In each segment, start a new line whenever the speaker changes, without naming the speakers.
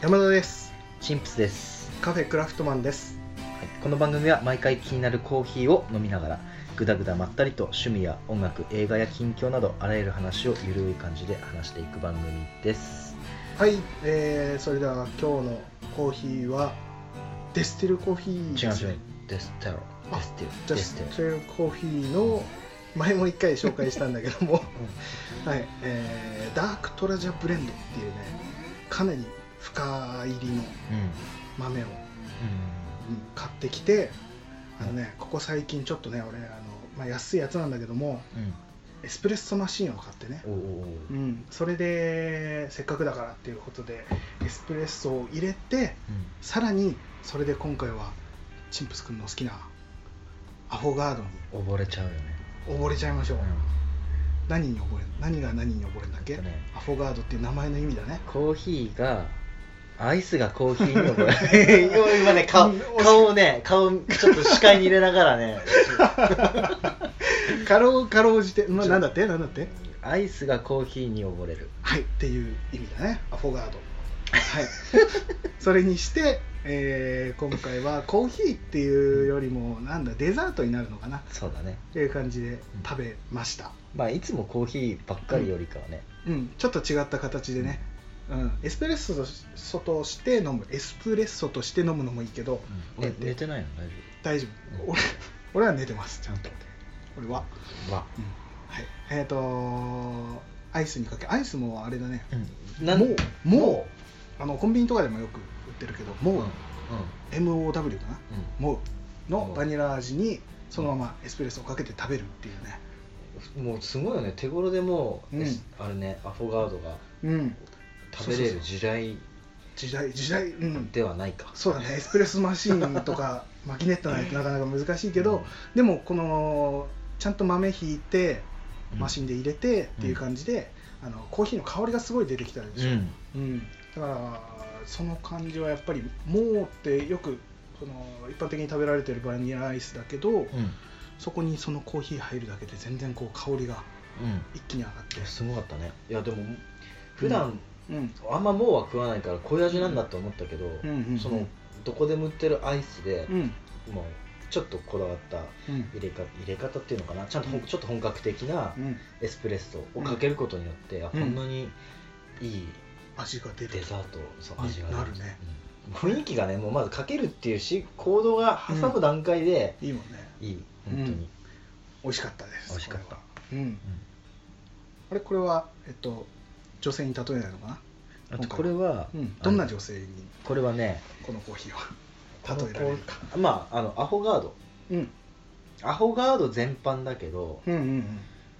山田です
シンプスです、
カフェクラフトマンです
はい、この番組は毎回気になるコーヒーを飲みながらぐだぐだまったりと趣味や音楽映画や近況などあらゆる話をゆるい感じで話していく番組です
はい、えー、それでは今日のコーヒーはデスティルコーヒー
違う違うデステロ
あ
デステロ
デ
デ
ス
ステロ
ティルコーヒーの前も一回紹介したんだけども、はい、えー、ダークトラジャブレンドっていうねかなり深入りの
うん
豆をうん買ってきてあのねここ最近ちょっとね俺あの、まあ、安いやつなんだけどもエスプレッソマシンを買ってね
うんうんおうおうおう
うん、それでせっかくだからっていうことでエスプレッソを入れて
うん
さらにそれで今回はチンプスくんの好きなアフォガードに
溺れちゃうよね
溺れちゃいましょう、
うん
何に溺れる何が何に溺れるんだっ
え
け、
っとね
アフォガードっていう名前の意味だね
コーヒーがアイスがコーヒーに溺れ 今ね顔顔をね顔ちょっと視界に入れながら ね
かろうかろうじて、まあ、
ちょ
なんだってなんだって
アイスがコーヒーに溺れる
はいっていう意味だねアフォガードはい それにして、えー今回はコーヒーっていうよりもなんだデザートになるのかな
そうだね
っていう感じで食べました、
まあいつもコーヒーばっかりよりかはね、
うん、ちょっと違った形でね、うん、エスプレッソとしソとして飲むエスプレッソとして飲むのもいいけど、
え
俺
寝てないの大
大
丈
丈
うん
夫俺俺は寝てますちゃんと俺は、
夫わ、
うんはい、えっ、とアイスにかけアイスもあれだね
うん、
もう
もう
もうあのコンビニとかでもよく売ってるけど
うん
も
うん
う、MOW かなもうのバニラ味にそのままエスプレッソをかけて食べるっていうね
うんもうすごいよね手頃でもう、
うん
エスあれねアフォガードが
うん
食べれる時代
時代時代うん
ではないか、
そうだねエスプレッソマシーンと かマキネットなんてなかなか難しいけど、でもこのちゃんと豆ひいて
うん
マシンで入れてっていう感じで、あのコーヒーの香りがすごい出てきたで
う
しょ、
ん
うんだからその感じはやっぱりもうってよくその一般的に食べられてるバニラアイスだけど、
うん
そこにそのコーヒー入るだけで全然こう香りが一気に上がって
いや、すごかったねいやでも普段、
うん
あんまもうは食わないからこういう味なんだと思ったけど、
うんうんうん
そのどこでも売ってるアイスで、
うん
もうちょっとこだわった
うん
入れか入れ方っていうのかなちゃんとほん、
うん
ちょっと本格的な
うん、
エスプレッソをかけることによって、あこんなにいい
味が出て
デ
る
ザートそう
うん
味が
なるね、
うん雰囲気がねもうまずかけるっていうし行動が挟む段階で
いいもんね
いい、
うん
本当に、
美味しかったです
美味しかった
これはうんあれこれはえっと女性に例えないのかな、
あとこれは、
うん
あの
どんな女性に
これはね
このコーヒーは例えられるか、
こうまああのアホガード
うん、
アホガード全般だけど、
うんうんうん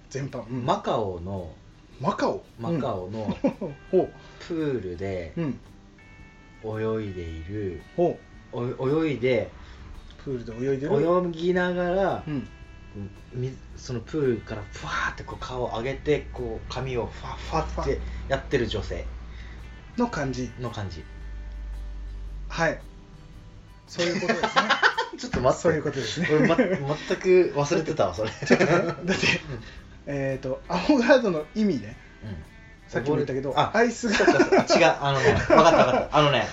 全般、うん
マカオの
マカオ
マカ
オ、
オの
うん、ほ
プールで
う、うん、
泳いでいる、
ほ
お泳いで
うプールで泳いでる
泳ぎながら、
うん
水そのプールからふわーってこう顔を上げてこう髪をふわふわってやってる女性
の感じ
の感じ
はいそういうこと ですね
ちょっと待って
そういうことですね
俺、ま、全く忘れてたわそれ、
ちょっとね だってえっ、とアフォガードの意味ねさっきも言ったけど
あ
アイス
そっか
が
そっか違うあのね分かった分かったあのね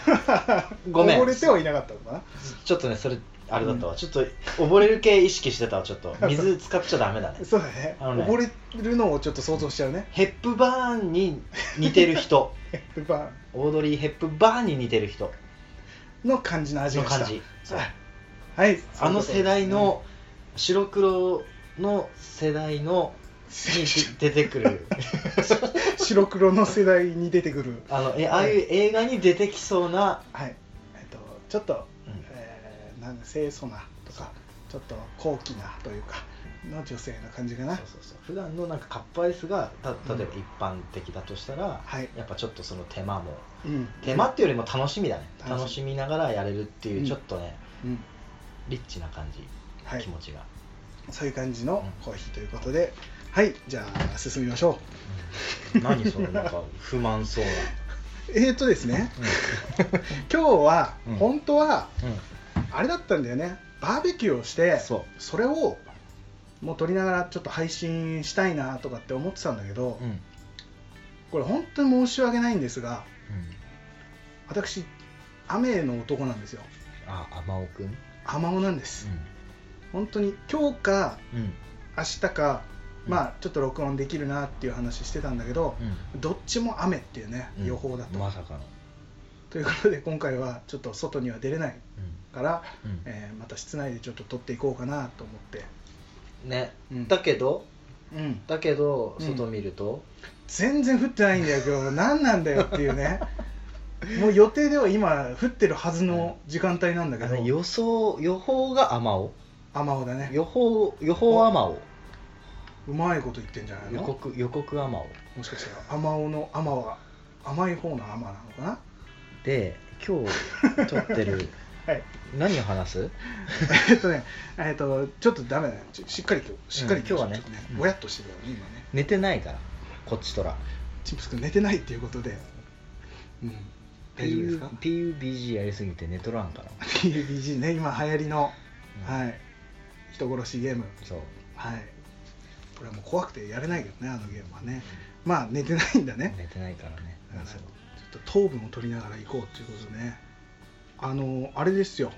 ごめん
溺れてはいなかったのかな
ちょっとねそれあれだったわ、ちょっと溺れる系意識してたわちょっと水使っちゃダメだね
そうだね
あのね
溺れるのをちょっと想像しちゃうね
ヘップバーンに似てる 人
ルパ
オードリー・ヘップバーンに似てる人
ンの感じの味
の
がした
感じそう
はい
あの世代の白黒の世代のに出てく る
白黒の世代に出てくる
あのえああいう映画に出てきそうな、
はいえっとちょっと、
うん
えー、なんだ清楚なとかちょっと高貴なというかの女性の感じか
そう
な
そうそう普段のなんかカップアイスがた例えば一般的だとしたら、
はい
やっぱちょっとその手間も
うん
手間っていうよりも楽しみだね
楽しみ
楽しみながらやれるっていう、
うん
ちょっとね
うん
リッチな感じ、
はい
気持ちが、
そういう感じのコーヒーということではいじゃあ進みましょ
何そのなんか不満そうな
うえーとですね今日は、
うん
本当は
うん
あれだったんだよねバーベキューをして
そ
それをもう撮りながらちょっと配信したいなとかって思ってたんだけど、
う、うん
これ本当に申し訳ないんですが私雨の男なんですよ
ああまおくんうん
雨男なんです本当に今日か
うん
明日かまあちょっと録音できるなっていう話してたんだけど、
うん
どっちも雨っていうね
うん
予報だと、
まさかの
ということで今回はちょっと外には出れないから、
うんうん
えーまた室内でちょっと撮っていこうかなと思って、
ね
うん
だけど
うん、
だけど
うん
外見ると、
全然降ってないんだよ今日何なんだよっていう ねもう予定では今降ってるはずの時間帯なんだけ
あ
ど、
の予想予報が雨を
雨尾だね
予報予報雨を
うまいこと言ってんじゃない
予
の
告予告雨を
もしかしたら雨尾の雨は甘い方の雨なのかな
で今日撮ってる
はい
何を 話す
えっとねえっとちょっとダメだねちょしっかり今日しっかり
うん今日はね
ちょっと
うん
ぼやっとしてるからね今ね
寝てないからこっちとら
チップス君寝てないっていうことでうん大丈夫ですか
PUBG やりすぎて寝とらんから
PUBG ね今流行りの、
うん
はい人殺しゲーム
そう
はいこれはもう怖くてやれないけどねあのゲームはねまあ寝てないんだね、
寝てないからね
うん
そう
ちょっと糖分を取りながら行こうっていうことでねあのあれですよ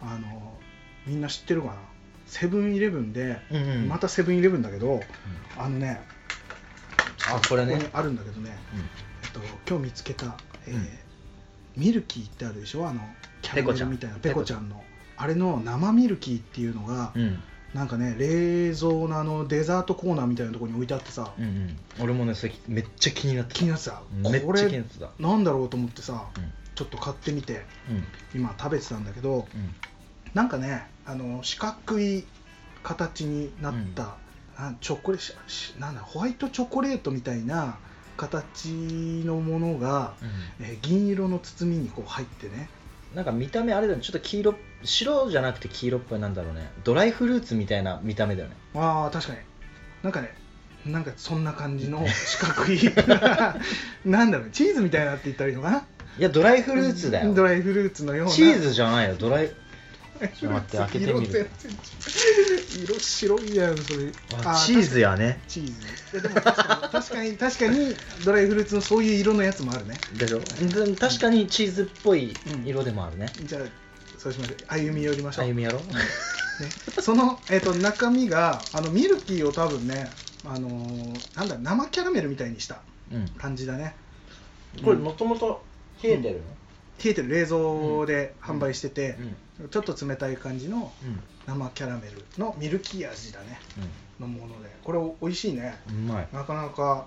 あのみんな知ってるかなセブンイレブンで、
うんうん
またセブンイレブンだけど
う
あのね
んあこれ
ここ
ね
にあるんだけどね、えっと、今日見つけた、えー
うん
ミルキーってあるでしょあのキャラ
ペコ
メ
ちゃ
ル
ん
みたいなペコちゃんのあれの生ミルキーっていうのが、
うんうん
なんかね冷蔵のあのデザートコーナーみたいなところに置いてあってさ、
うんうん俺もねそれめっちゃ気になってた
気になってさ
めっ
こ
ちゃ気
れ
になってた
なんだろうと思ってさ、
うん
ちょっと買ってみて
うん
今食べてたんだけど
うん
なんかねあの四角い形になった、なんチョコレししなんだホワイトチョコレートみたいな形のものが、
うん
えー銀色の包みにこう入ってね
なんか見た目あれだねちょっと黄色白じゃなくて黄色っぽいなんだろうねドライフルーツみたいな見た目だよね
あー確かになんかねなんかそんな感じの四角 いなんだろうチーズみたいなって言ったらいいのかない
やドライフルーツだよ
ドライフルーツのような
チ ーズじゃないよドライ
ち
ょっと待って開けてみる
色白いやんそれ
あ
あ
チーズやね
チーズいやでも確かに確かに確かにドライフルーツのそういう色のやつもあるね
でしょでも確かにチーズっぽい色でもあるね、
じゃあそうしましょう歩み寄りましょう、
歩みやろう
ね、その、えっと中身があのミルキーを多分ねあのーなんだ生キャラメルみたいにした
うん
感じだね
これもともと冷えてるの
冷えてる冷蔵で販売してて、
ん
ちょっと冷たい感じの
うん
生キャラメルのミルキー味だねのものでこれお美味しいね
うんうまい
なかなか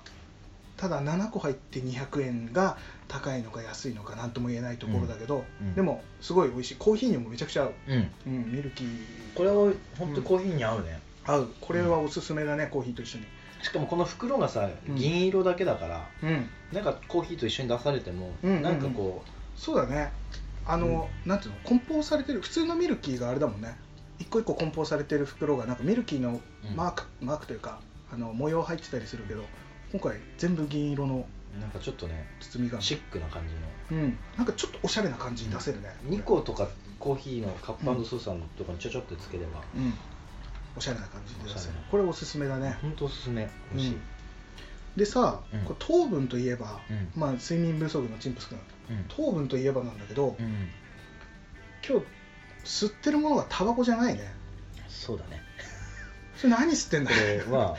ただ7個入って200円が高いのか安いのかなんとも言えないところだけど、
うんうん
でもすごい美味しいコーヒーにもめちゃくちゃ合う、
うん
うん、ミルキー
これは本当コーヒーに合うね、
合うこれはおすすめだね、コーヒーと一緒に
しかもこの袋がさ
うん
銀色だけだから、
うん
なんかコーヒーと一緒に出されても、
うんうんうん
なんかこ
そうだねあの、なんていうの梱包されてる普通のミルキーがあれだもんね一個一個梱包されてる袋がなんかミルキーの
うん
マーク、マークというかあの模様入ってたりするけど今回全部銀色の
うなんかちょっとね
包み紙
シックな感じの
うん、なんかちょっとおしゃれな感じに出せるね、
2個とかコーヒーのカップソーサーのとかにちょちょっとつければ、
うん、おしゃれな感じで出せ
おしゃ
る
れな
これおすすめだね
本当おすすめ美味しい、
でさ、
うん
これ糖分といえば、
うん
まあ、睡眠不足のチンプス君
うん
糖分といえばなんだけど、
うん
今日吸ってるものがタバコじゃないね
そう だね
それ何吸ってんだ
これは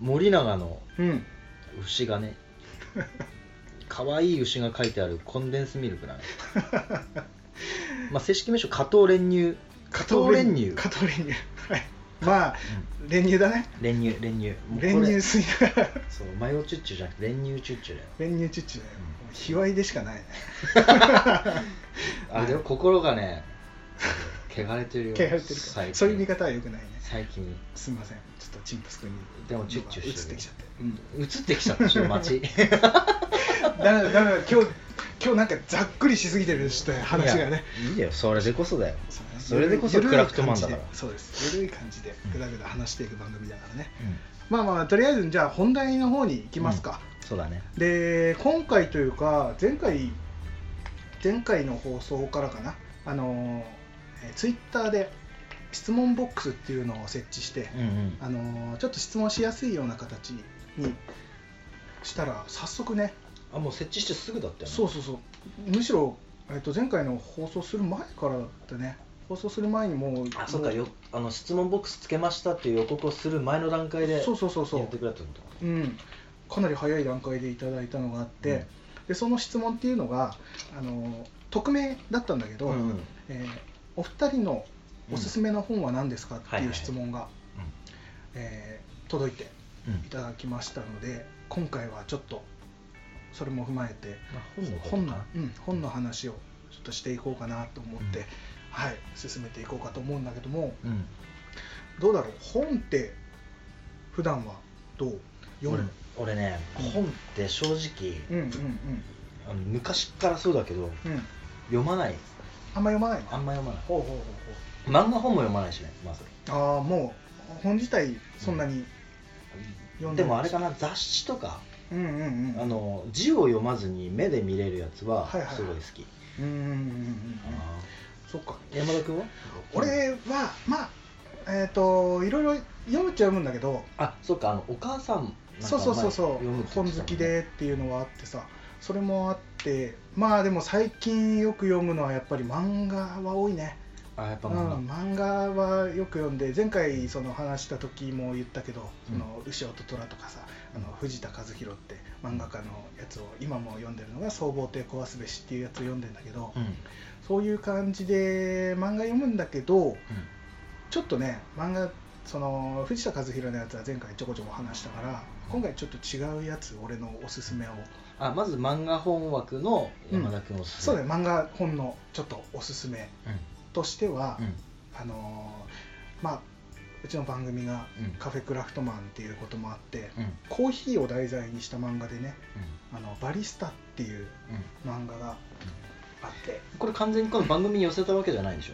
森永の
うん
牛がね可愛い牛が書いてあるコンデンスミルクな のまあ正式名称加糖練乳加糖練乳
加糖練乳はいまあ練乳だね
練乳練乳もうこれ
練乳吸いながら
そうマヨチュッチュじゃなくて練乳チュッチュだよ
練乳チュッチュだよ
うん
もう卑猥でしかない ね
あれだよ心が ね汚れてるよ
気合入ってるか
最
ら
近
そういう見方はよくないね
最近
すみませんちょっとチンプス君に
でもチュッチュ
映
して
って
る
きちゃって、うん
映ってきちゃったちょっと街
だめだだめだ今日今日なんかざっくりしすぎてるちょっと 話がね
いやいいよそれでこそだよ
うね
それでこそ
ゆるい
クラフトマンだから
感じでそうですゆるい感じでぐだぐだ話していく番組だからね、
うん
まあまあとりあえずじゃあ本題の方に行きますか、
そうだね
で今回というか前回前回の放送からかなあのツイッター Twitter で質問ボックスっていうのを設置して、
うんうん
あのーちょっと質問しやすいような形にしたら早速ね
あもう設置してすぐだったよね
そうそうそうむしろ、えっと、前回の放送する前からだったね放送する前にもう
あそっかよあの質問ボックスつけましたっていう予告をする前の段階で
そうそうそうそ
やっ
う
てくれたってことか
うん、かなり早い段階でいただいたのがあって、
うん
でその質問っていうのがあの匿名だったんだけど、
うんうん
えーお二人のおすすめの本は何ですかって
はいはい
い
は
う
い
質問が
うん
えー届いて
うん
いただきましたので今回はちょっとそれも踏まえて
まあ本のことか
本の,、うん、本の話をちょっとしていこうかなと思って、
うん
はい、進めていこうかと思うんだけども
うん
どうだろう本って普段はどう読む、
俺俺ね本って正直、
うん、うんうん
あの昔からそうだけど
うんうん
読まない
あんま読まないの
あんま読まない
ほうほうほう
漫画本も読まないしねまず
ほうああもう本自体そんなに、読んでない
でもあれかな雑誌とか、
うん、うんうんうん
あの字を読まずに目で見れるやつは
はいはいはい
すごい好き、
うんうんうんうんうんそっか
山田君は
俺はまあえっ、といろいろ読むっちゃ読むんだけど
あそっかあのお母さんなん
そ
か
うそうそうそう
前読むっ
本
て言ってたもんね
好きでっていうのはあってさそれもあってまあでも最近よく読むのはやっぱり漫画は多いね、
あやっぱ
うん、
漫画、
漫画はよく読んで前回その話した時も言ったけど「
うん
その牛音虎」とかさあの藤田和弘って漫画家のやつを今も読んでるのが「総合亭壊すべし」っていうやつを読んでんだけど
うん
そういう感じで漫画読むんだけどちょっとね漫画その藤田和弘のやつは前回ちょこちょこ話したから今回ちょっと違うやつ俺のおすすめを
あまず漫画本枠の山田君をすす
そう
め
だね漫画本のちょっとおすすめとしては、
うんうん
あのーまあうちの番組が
うん
カフェクラフトマンっていうこともあって
うん
コーヒーを題材にした漫画でね
う
あのバリスタっていう漫画があって
んこれ完全にこの番組に寄せたわけじゃないでし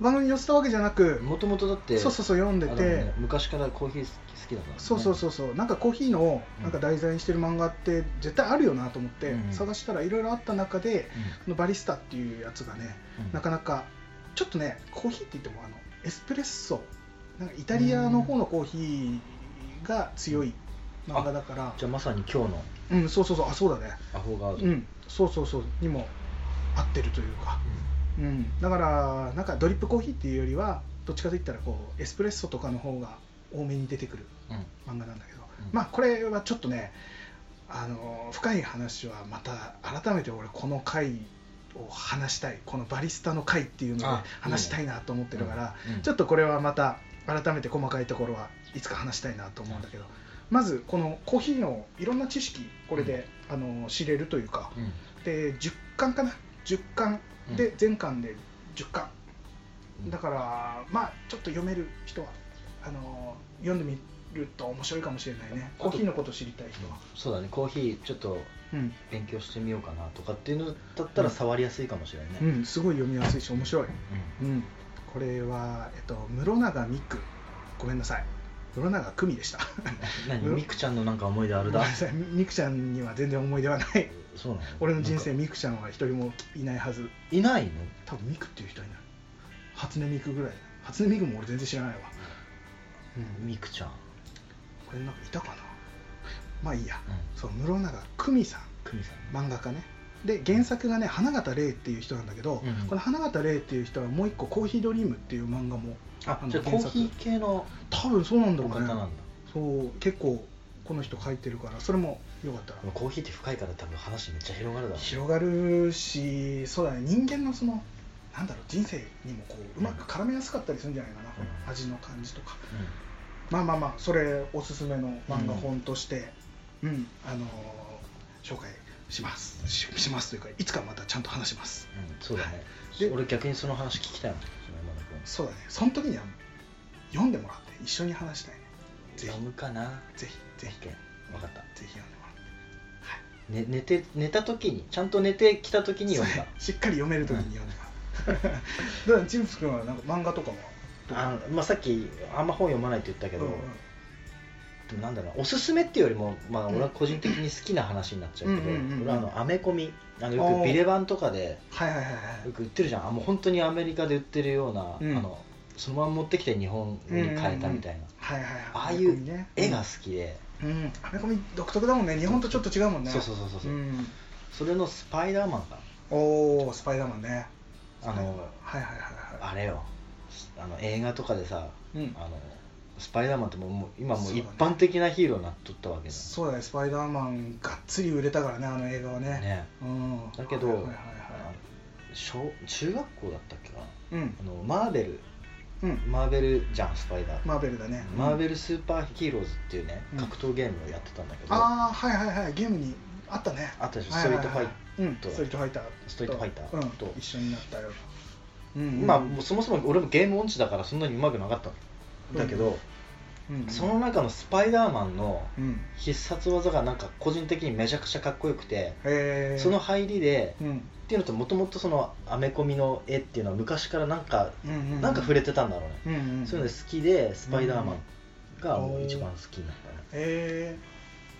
番組に寄せたわけじゃな
ょ
く
もともとだって
そうそうそう読んで
あ
て、
れだもんね昔からコーヒー好き好きだからね
そうそうそうそうなんかコーヒーのなんか題材にしてる漫画って絶対あるよなと思って
うん
探したらいろいろあった中で
うん
このバリスタっていうやつがね
うん
なかなかちょっとねコーヒーって言ってもあのエスプレッソなんかイタリアの方のコーヒーが強い漫画だから
じゃあまさに今日の
うんそうそうそうあそうだね
アホガード、
うんそうそうそうにも合ってるというかうんだからなんかドリップコーヒーっていうよりはどっちかといったらこうエスプレッソとかの方が多めに出てくる
うん
漫画なんだけど、
うん
まあこれはちょっとねあのー深い話はまた改めて俺この回を話したいこのバリスタの回っていうので
あ
話したいなと思ってるから、
うん
ちょっとこれはまた改めて細かいところはいつか話したいなと思うんだけど、まずこのコーヒーのいろんな知識これで、あのー知れるというか
うん
で10巻かな10巻
うん
で全巻で10巻
うん
だからまあちょっと読める人はあのー読んでみると面白いかもしれないね
あと
コーヒーのこと知りたい人は、
そうだねコーヒーちょっと
うん
勉強してみようかなとかっていうのだったら触りやすいかもしれないね、
うん、すごい読みやすいし面白い、
うん
うん、これは、えっと、室永美久ごめんなさい室永久美でした
何
うん
みくちゃんのなんか思い出あ
ご
る
めんな
だ
さいみ美久ちゃんには全然思い出はない
そうなの
俺の人
な
生
んか
美久ちゃんは一人もいないはず
いないの
多分美久っていう人はいない初音ミクぐらい初音ミクも俺全然知らないわ、うん、
みくちゃん、
俺なんかいたかなまあいいや
うん、
そう室永久美さん
くみさん
漫画家ねで原作がね花形玲っていう人なんだけど、
うん
この花形玲っていう人はもう一個「コーヒードリーム」っていう漫画も
あ
あの
じゃあコ
原
ー
作
ヒー系の
多分そうなんだ
お
ろ
方
う
なんだ
ねそう結構この人書いてるからそれもよかったら
でもコーヒーって深いから多分話めっちゃ広がるだろうね
広がるしそうだね人間のそのなんだろう人生にもこううまく絡めやすかったりするんじゃないかな、この味の感じとかまあまあまあそれおすすめの漫画本としてうん、あのー紹介しますししますというかいつかまたちゃんと話します
うん、うん、そうだね
で
俺逆にその話聞きたいもんその山田君
そうだね、その時には読んでもらって一緒に話したいね。ぜ
読むかな
ひ、ぜひ、ぜひ、ぜ
分かった、
ひ読んでもらって。
ね、寝て寝た時にちゃんと寝てきた時に読ん
そ
だ
うね しっかり読める時に読んでもらって。だから、チンプス君はなんか漫画とかも。
あまあ、さっきあんま本読まないって言ったけ
うん
ど、
うん
でもなんだろうおすすめっていうよりも、まあ、俺は個人的に好きな話になっちゃうけど、
うんうんうんうん
俺はあのアメコミあのよくビレ版とかで
はいはいはいは
よく売ってるじゃんあもう本当にアメリカで売ってるような、
うん
あのそのまま持ってきて日本に変えたみたいな、
い。はいはいはい。
ああいう
ね
絵が好きで、
ううんアメコミ独特だもんね日本とちょっと違うもんね
そうそうそうそうそう、
ん、
それのスパイダーマンが
おおスパイダーマンね
あの
はいはいはいはい
あれよあの映画とかでさ
うん
あのスパイダーマンってもうもう今もう
そうだ
一
ね
般的なヒーローになっとったわけだ
そうだねスパイダーマンがっつり売れたからねあの映画はね
ね
うん
だけど
はいはいはいは
あの小中学校だったっけかない
うん
あのマーベル
うん
マーベルじゃんスパイダー、
マーベルだね
マー
ル
ベルスーパーヒーローズっていうね
うん
格闘ゲームをやってたんだけど、あ
ああはいはいはいゲームにあったね
ったでしょ
は
ス
い
ト
はい
リー
はい
トファイ
うん
と
ストリートファイター
ストリートファイター
うん
と
一緒になったようんうん
まあもうそもそも俺もゲーム音痴だからそんなにうまくなかったんだけど、
うんうん
その中のスパイダーマンの
うん
必殺技がなんか個人的にめちゃくちゃかっこよくて、
へえ
その入りで
うん
っていうのともともとそのアメコミの絵っていうのは昔からなんか、
うんうんうん
なんか触れてたんだろうね、
うんうん
そういうので好きでスパイダーマンがもう一番好きになったね、
え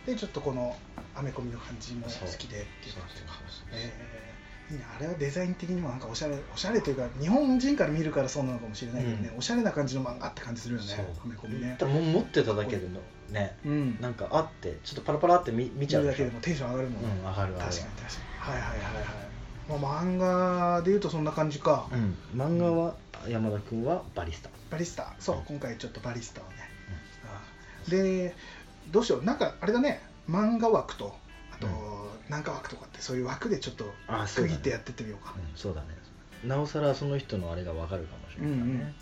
ー、でちょっとこのアメコミの感じも好きでっていう
そ
感
う
じ
そう
か
そうそう
えーいいなあれはデザイン的にもなんかおしゃれおしゃれというか日本人から見るからそうなのかもしれないけどね、
う
おしゃれな感じの漫画って感じするよね
そう
アメコミね
ただもう持ってただけでもね
うん
なんかあってちょっとパラパラって見見
見
ちゃ
る
う
だ
でし
け
ょ
でもテンション上がるもんね、
うん上がる上がる
確かに確かにはいはいはいはい、まあ、漫画でいうとそんな感じか、
うん、漫画は山田君はバリスタ
バリスタそう、
うん
今回ちょっとバリスタをね、ああでどうしようなんかあれだね漫画枠とあと、
うん
なんか枠とかってそういう枠でちょっと
あ
区切ってやってってみようか
うんそうだねなおさらその人のあれがわかるかもしれないね、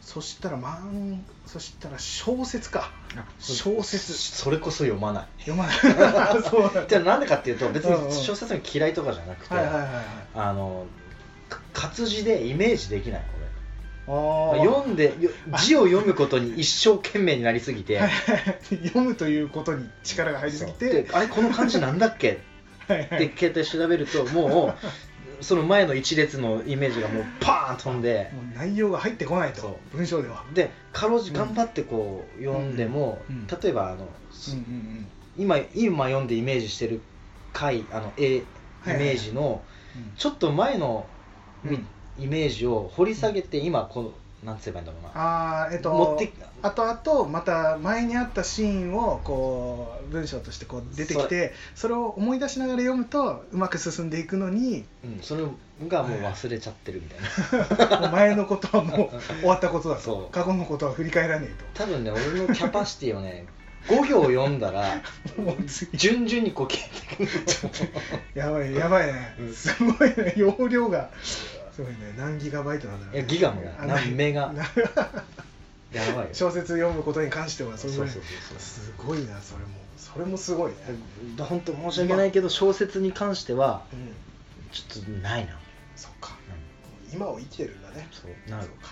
そしたら漫そしたら小説か
あそう
小説
それこそ読まない
読まない そうなんだ
じゃあなんでかっていうと別
うんうん
に小説が嫌いとかじゃなくて、
はいはいはいはい
あのか活字でイメージできない
あー
俺読んでよ字を読むことに一生懸命になりすぎて
はい読むということに力が入りすぎ
そう
て
であれこの漢字なんだっけ
はいはい
で携帯調べるとも うその前の一列のイメージがもうパーン飛んで
もう内容が入ってこないと
そ
文章では
でかろうじ頑張ってこう読んでも、
うんうん
例えばあの、
うんうん
今今読んでイメージしてる回あの絵イ
はいはい
メージのちょっと前の
うんうん
イメージを掘り下げて今このなんつえばいいんだろうな、
ああえっと
持って
あとあとまた前にあったシーンをこう文章としてこう出てきてそれを思い出しながら読むとうまく進んでいくの に
うん、それがもう忘れちゃってるみたいな、
もう前のことはもう終わったことだと
そう
過去のことは振り返らね
多分ね俺のキャパシティをね5行読んだら
え ともう次
順々にこう消えてくる
やばいやばいね
うん
すごいね容量がすごいね何ギガバイトなんだろう、
い
ね、
やギガもない
あ
何メガ
な
やばいよ
小説読むことに関してはそ
そう
れ
そ
ぐ
う
らい
そう
すごいなそれもそれもすごいね、
そう本当申し訳ないけど小説に関しては
うん、
ちょっとないな、
そっか今を生きてるんだね
そうなる
そうか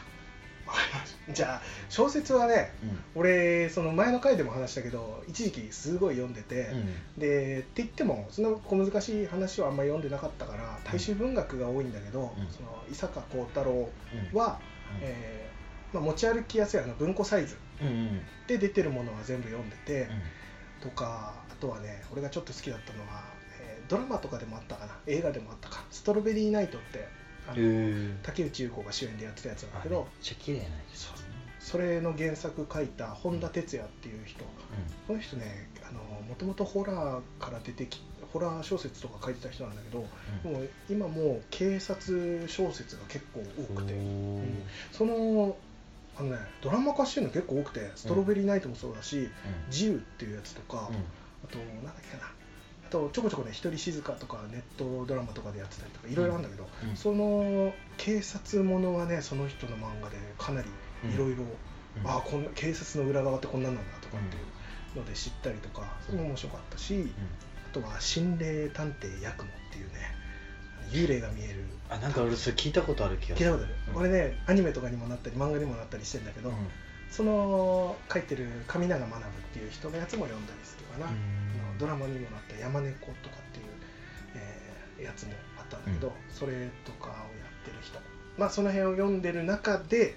わかりました じゃあ小説はね俺その前の回でも話したけど一時期すごい読んでて、
うん、
でって言ってもそんな小難しい話はあんまり読んでなかったから大衆文学が多いんだけど、
うん
その伊坂幸太郎
は、
は、えーまあ、持ち歩きやすいあの文庫サイズ
うんうんうん
で出てるものは全部読んでて、とかあとはね俺がちょっと好きだったのは、えードラマとかでもあったかな映画でもあったか「ストロベリーナイト」ってあの、
うん、
竹内結子が主演でやってたやつなんだけど、
めっちゃ綺麗な
そうそれの原作書いた本田哲也っていう人この人ねもともとホラーから出てきホラー小説とか書いてた人なんだけど
うん
もう今もう警察小説が結構多くて
うん
んそのあのねドラマ化してるの結構多くて「ストロベリーナイト」もそうだし「自由」っていうやつとか、あとなんだっけかなあとちょこちょこね「一人静か」とかネットドラマとかでやってたりとかいろいろあるんだけど、
うん
その警察ものはねその人の漫画でかなりいろいろ、
うん
ああこんな警察の裏側ってこんなんなんだとかっていうので知ったりとかそれも面白かったし、あとは「心霊探偵ヤクモ」っていうね幽霊が見える
あなんか俺それ聞いたことある気がす
聞いたこ
る
とある、
うん
これねアニメとかにもなったり漫画にもなったりしてんだけど、その書いてる神永学っていう人のやつも読んだりするかな、あのドラマにもなった「山猫」とかっていう、えーやつもあったんだけど、
うん
それとかをやってる人まあその辺を読んでる中で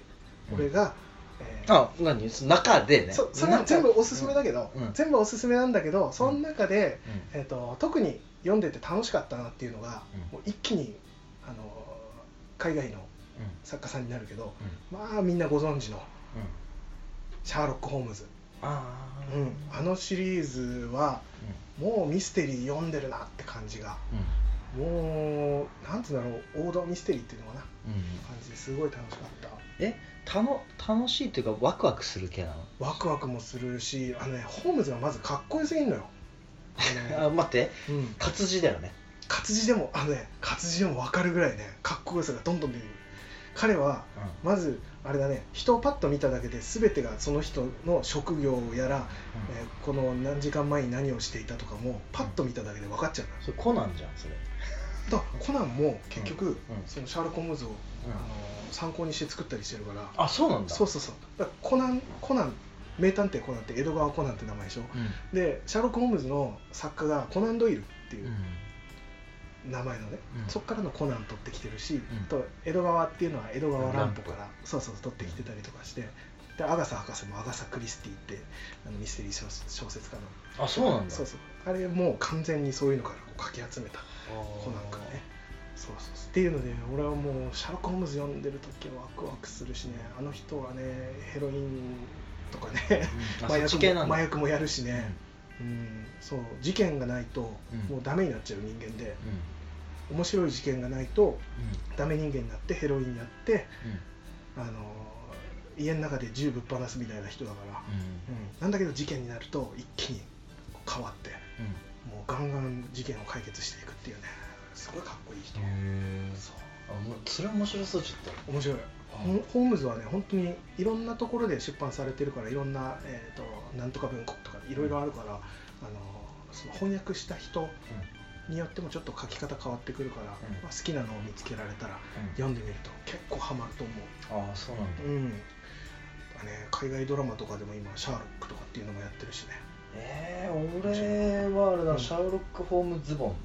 俺が、えー
あ何中でね
そそれは全部おすすめだけど、
うんうん
全部おすすめなんだけどその中で、えー、と特に読んでて楽しかったなっていうのが、
うん
もう一気にあのー海外の作家さんになるけど、まあみんなご存知のシャーロック・ホームズ
ああ
うん、あのシリーズはもうミステリー読んでるなって感じが
うん
もうなんつうんだろう王道ミステリーっていうのかな
うんうん
感じですごい楽しかった
たの楽しいというかワクワクする系なの
ワクワクもするしあのねホームズがまずかっこよすぎんのよ、あの ね
あ待って
うん、
活字だよね
活字でもあのね活字でも分かるぐらいねかっこよさがどんどん出てくる彼はまずあれだね人をパッと見ただけで全てがその人の職業やら、えーこの何時間前に何をしていたとかもパッと見ただけで分かっちゃうのよ
それコナンじゃんそれ
だからコナンも結局、
うん
そのシャーロック・ホームズを、あの参考にして作ったりしてるから
あそうなんだ
そうそうそうだからコナンコナン名探偵コナンって江戸川コナンって名前でしょ
うん
でシャーロック・ホームズの作家がコナン・ドイルっていう
うん
名前のね、
うん
そっからのコナン取ってきてるし、
ん
と江戸川っていうのは江戸川乱歩か
乱
らそうそう取ってきてたりとかしてでアガサ博士もアガサ・クリスティってあのミステリー小小説家の
あそうなんだ
そうそうあれもう完全にそういうのからこうかき集めた
あー
コナン君ねそうそうそうっていうので俺はもうシャーロック・ホームズ読んでる時はワクワクするしねあの人はねヘロインとかね
うんあ
麻
そっち
薬
系
も
なんだ
麻薬もやるし
うん
ね、うん、そう事件がないと
うん
もうダメになっちゃう人間で、面白い事件がないと
うん
ダメ人間になってヘロインやって、
うん
あのー家の中で銃ぶっ放すみたいな人だから、
う
うん、なんだけど事件になると一気に変わって
んうん
もうガンガン事件を解決していくっていうねすごいかっこいい人、
へえ
そう
あもうそれ面白そうちょっと
面白いホホームズはね本当にいろんなところで出版されてるからいろんな、えー、となんとか文庫とかいろいろあるから、あのその翻訳した人によってもちょっと書き方変わってくるから、
うん
まあ、好きなのを見つけられたら
うん
読んでみると結構ハマると思
ああそうなんだ
う、うんだね、海外ドラマとかでも今「シャーロック」とかっていうのもやってるしね
えー、俺はあれだ、
うん
シャーロック・ホームズボン、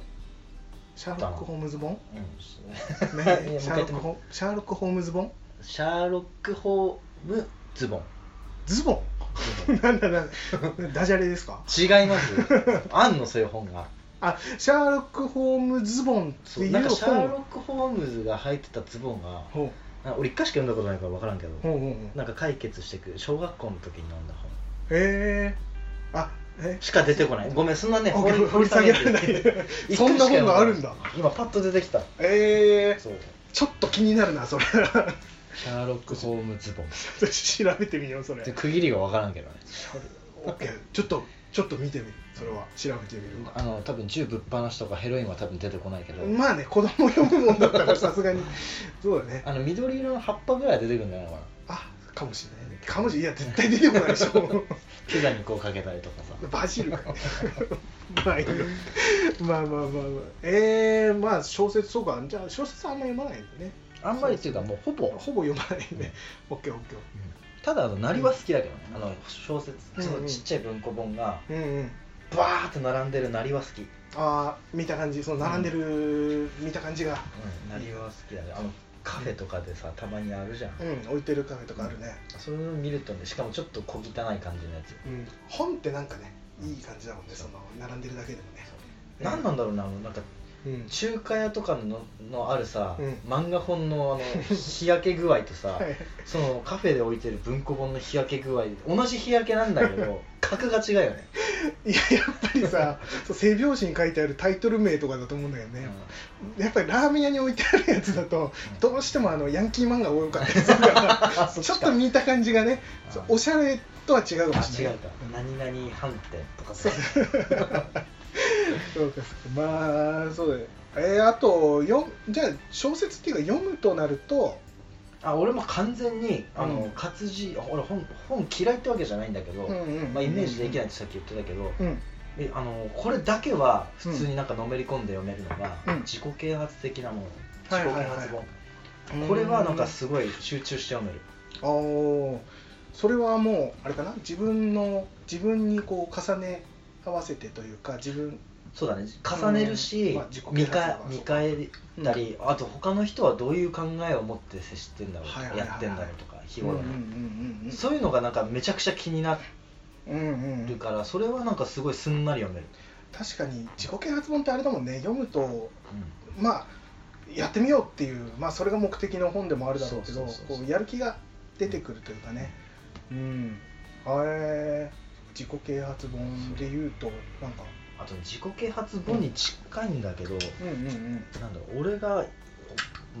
「シャーロック・ホームズ 本」
い
ね
やもう一回
シャーロックホシャーロック・ホームズ本
シャーロック・ホームズボン
ズボン なんだなんだダジャレですか
違いますあんのそういう本が
あシャーロック・ホームズボンって
そう
い
なん
う
かシャー
本
ロック・ホームズが履いてたズボンが
ほう
なんか俺一回しか読んだことないから分からんけど
ほうほうほう
なんか解決してく小学校の時に読んだ本
へえあえ
しか出てこないごめんそんなね
掘り掘り下げられない
一
そ
回
んな
しか読
本
だ
があるんだ
今パッと出てきた
ええ
そう
ちょっと気になるなそれ
シャーロック・ホームズボン
調べてみようそれ
で区切りが分からんけどね
オッケーちょっとちょっと見てみるそれは調べてみるわ
あの多分銃ぶっ放しとかヘロインは多分出てこないけど、
まあね子供読むもんだったらさすがにそうだね
あの緑色の葉っぱぐらいは出てくるんじゃないのかな
あかもしれないかもしれないいや絶対出てこないでしょ
ピザにこうかけたりとかさ
バジルかねまあいいよまあまあまあまあえー、まあ小説とかじゃあ小説はあんま読まないんだね
あんまりっていうかもうほぼ
ほぼ読まないね、オッケーオッケ
ただあのなりは好きだけどねあの小説
うん
そのちっちゃい文庫本が
ーうんうん
バーって並んでるなりは好き、
ああ見た感じその並んでる、見た感じが
なりは好きだねあのカフェとかでさたまにあるじゃん、
うん置いてるカフェとかあるね、
それを見るとねしかもちょっと小汚い感じのやつ、
うん、本ってなんかねいい感じだもんねその並んでるだけでもねうん
何なんだろうなあのなんか
うん
中華屋とかののあるさ、
うん
漫画本のあの 日焼け具合とさ
はい
そのカフェで置いてる文庫本の日焼け具合同じ日焼けなんだ けど格が違うよね、
いややっぱりさ そう性表紙に書いてあるタイトル名とかだと思うんだよね、やっぱりラーメン屋に置いてあるやつだと
うん
どうしてもあのヤンキー漫画多かったりするから
あ そ
ちょっと見た感じがね
あー
そうおしゃれとは違うか
あ
もし
違
れないう
か何々判定とか
そ
さ
うそうかそうかまあそうだねえー、あとよじゃあ小説っていうか読むとなると
あ俺も完全にあの、
うん
活字俺本本嫌いってわけじゃないんだけど、
ん
まあ、イメージできないってさっき言ってたけど、
うん
えあのこれだけは普通になんかのめり込んで読めるのが、
うん
自己啓発的なもの
は
自
い
己
はいはい
啓発本、これはなんかすごい集中して読める、
あーそれはもうあれかな自分の自分にこう重ね合わせてというか自分
そうだね重ねるし、
うんまあ自己啓
見
発だか
か
ら
見返ったり、あと他の人はどういう考えを持って接してんだろうとか、
はいはいはいはい
やってんだろうとか日頃の、
うんうん
そういうのがなんかめちゃくちゃ気にな
うんうんうんうん
るから、それはなんかすごいすんなり読める、
確かに自己啓発本ってあれだもんね読むとまあやってみようっていうまあそれが目的の本でもあるだろうけど
そうそうそうそう
こうやる気が出てくるというかねうんあえー自己啓発本で言うとなんか
あと自己啓発本に近いんだけど、
うんうん
なんだろう俺が、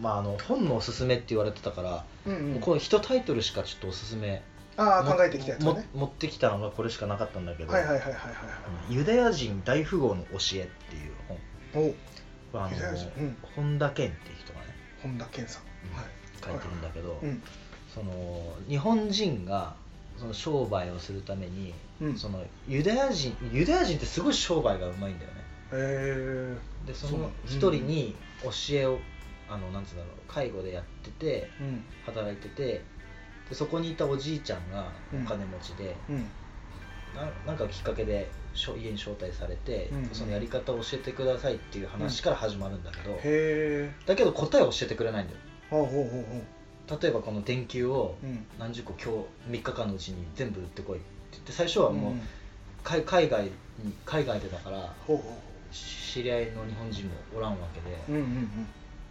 まあ、あの本のおすすめって言われてたから、
うんうんう
も
ん
うこの一タイトルしかちょっとおすすめ
ああ
も
考えてきたやつだ
も
ね
持ってきたのがこれしかなかったんだけど、
はいはいはいはいはい
あのユダヤ人大富豪の教え」っていう本
はい
これあ
おユダヤ人う
の
ん
本田健っていう人がね
本田健さん
うん
はい
書いてるんだけど、
うん
その日本人がその商売をするために、
うん
そのユダヤ人ユダヤ人ってすごい商売がうまいんだよね
え
でそ
そう
の一人に教えを、あのなんつうんだろう介護でやってて
ーうん
働いててでそこにいたおじいちゃんが
うん
お金持ちで、
うん
ななんかきっかけでしょ家に招待されて、
うんうん
そのやり方を教えてくださいっていう話から始まるんだけど、
へえ
だけど答えを教えてくれないんだよ
ほうほうほうほ
例えばこの電球を
ううん
何十個今日3日間のうちに全部売ってこいって言って最初はもう、
ん
海海外に海外でだから
ほうほうほ
し知り合いの日本人もおらんわけで、
ううんうん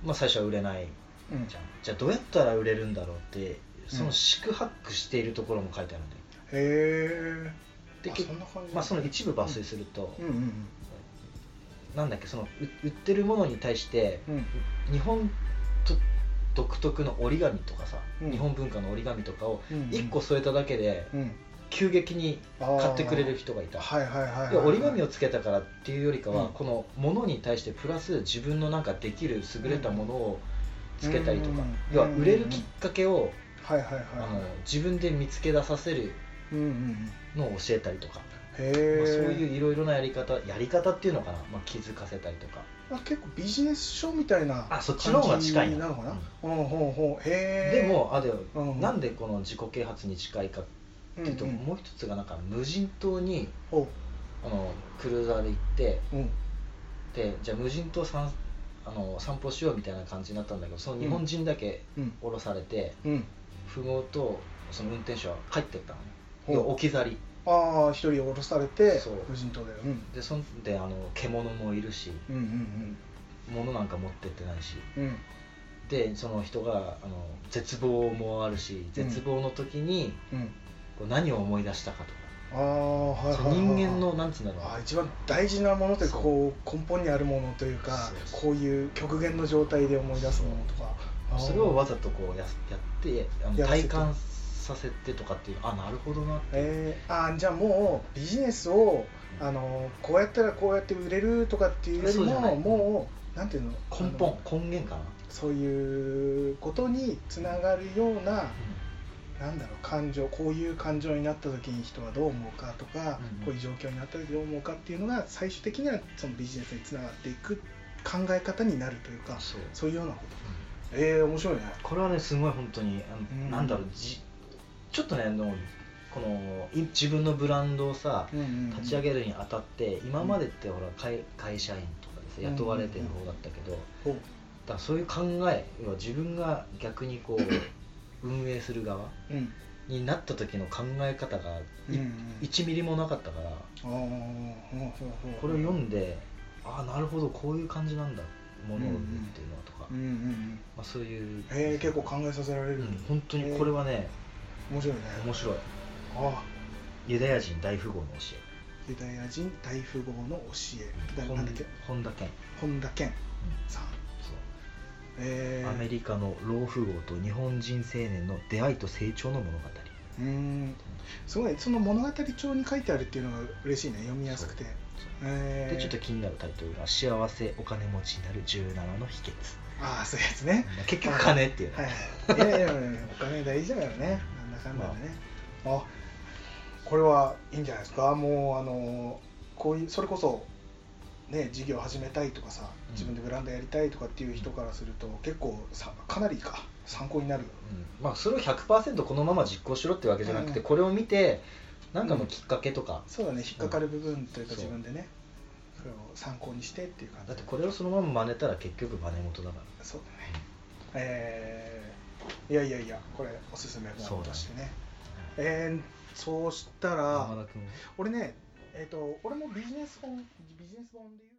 まあ、最初は売れない
うんうん
じゃんじゃあどうやったら売れるんだろうってその四苦八苦しているところも書いてあるんだよ
へえ
で
あ
け
そんな感じ
まあ、その一部抜粋すると、
うんうん
なんだっけそのう売ってるものに対して
うんうん
日本と独特の折り紙とかさ、
うん
日本文化の折り紙とかを
うんうん
1個添えただけで
うん
急激に買ってくれる
人
人がいた、
はいはいはいはい
で折り紙
を
をつけたからっていうよりかは、
うん
このものに対してプラス自分のなんかできる優れたものをつけたりと
う
か、
ん
要は売れるきっかけを、
はいはいはい
あの
は
自分で見つけ出させる
いうんうんうん
のを教えたりとか、
へ
まあ、そう
え
いういろいろなやり方やり方っていうのかな、まあ、気づかせたりとか
結構ビジネス書みたいな
あそっちの方が近い
感じ
な
なのかなほうほうほうへえ
でもあでも
うん
なんでこの自己啓発に近いかっていうと、
うんうん
もう一つがなんか無人島に
ほ
あのクルーザーで行って
ううん
でじゃあ無人島散あの散歩しようみたいな感じになったんだけどその日本人だけ
うん
降ろされて、
うん
富豪とその運転手は帰ってったのね
ほう
要は置き去り
ああ一人降ろされて
そう
無人島でうん
でそんであの獣もいるし
うんうん
物なんか持ってってないし
うんうん
でその人があの絶望もあるし絶望の時に
うん
こう何を思い出したかと
ああはい
か、
はいはいはい
その人間のなんつうんだろう
あー一番大事なものというか
そう
こう根本にあるものというか
そうそう
こういう極限の状態で思い出すものとかあー
それをわざとこうややってあの
やらせ
体
て
感させてとかっていうあなるほどなって、
えー、あーじゃあもうビジネスをあのーこうやったらこうやって売れるとかっていうより
そうじゃな
も
い
もうなんていうの
根
あ
本
の
根源かな、
そういうことにつながるようななんだろう感情こういう感情になった時に人はどう思うかとか、
うんうん
こういう状況になった時どう思うかっていうのが最終的にはそのビジネスにつながっていく考え方になるというか
そう
そういうようなことえー、面白いね
これはねすごい本当にあの、
うん
なんだろうじちょっとねあのこのい自分のブランドをさ
うんうんうん
立ち上げるにあたって今までってほら会会社員とかで
う
さ
ん
雇われてる方だったけどだ
ほう
からそういう考え要は自分が逆に こう運営する側
うん
になった時の考え方が
うんうん
1ミリもなかったから
あーほうほうほう
これを読んでああなるほどこういう感じなんだものを売るっていうのはとか、
うんうんうん
まあ、そういう、
えー、結構考えさせられ
う
る、
ん、本当にこれはね
面白いね
面白い
ああ
ユダヤ人大富豪の教
ユダヤ人大富豪の教え
え
だ
ほん
なんだっけ
本田健、
本田健
うん
さん
そう
えー、
アメリカの老富豪と日本人青年の出会いと成長の物語
うーんすごいその物語帳に書いてあるっていうのが嬉しいね読みやすくて
そう
えー、
でちょっと気になるタイトルが「幸せお金持ちになる17の秘訣
ああそういうやつ」ね
まあ結局金っていうね、
はいはいいやいやいやいやお金大事だからねなんだかんだでね、あこれはいいんじゃないですかもうあのこういうそれこそね事業始めたいとかさ
うん
自分でブランドやりたいとかっていう人からすると結構さかなりか参考になる
うんまあ、それを100%このまま実行しろってわけじゃなくて、
うん
これを見て何かのきっかけとか、
そうだね引っかかる部分というか
うん
自分でね、それを参考にしてっていう感じ
だってこれをそのまま真似たら結局真似事だか
そうだねえー、いやいやいやこれおすすめ本としてねえー、そうした
ら
ら
山田君は
俺ねえっ、と俺もビジネス本ビジネス本で言う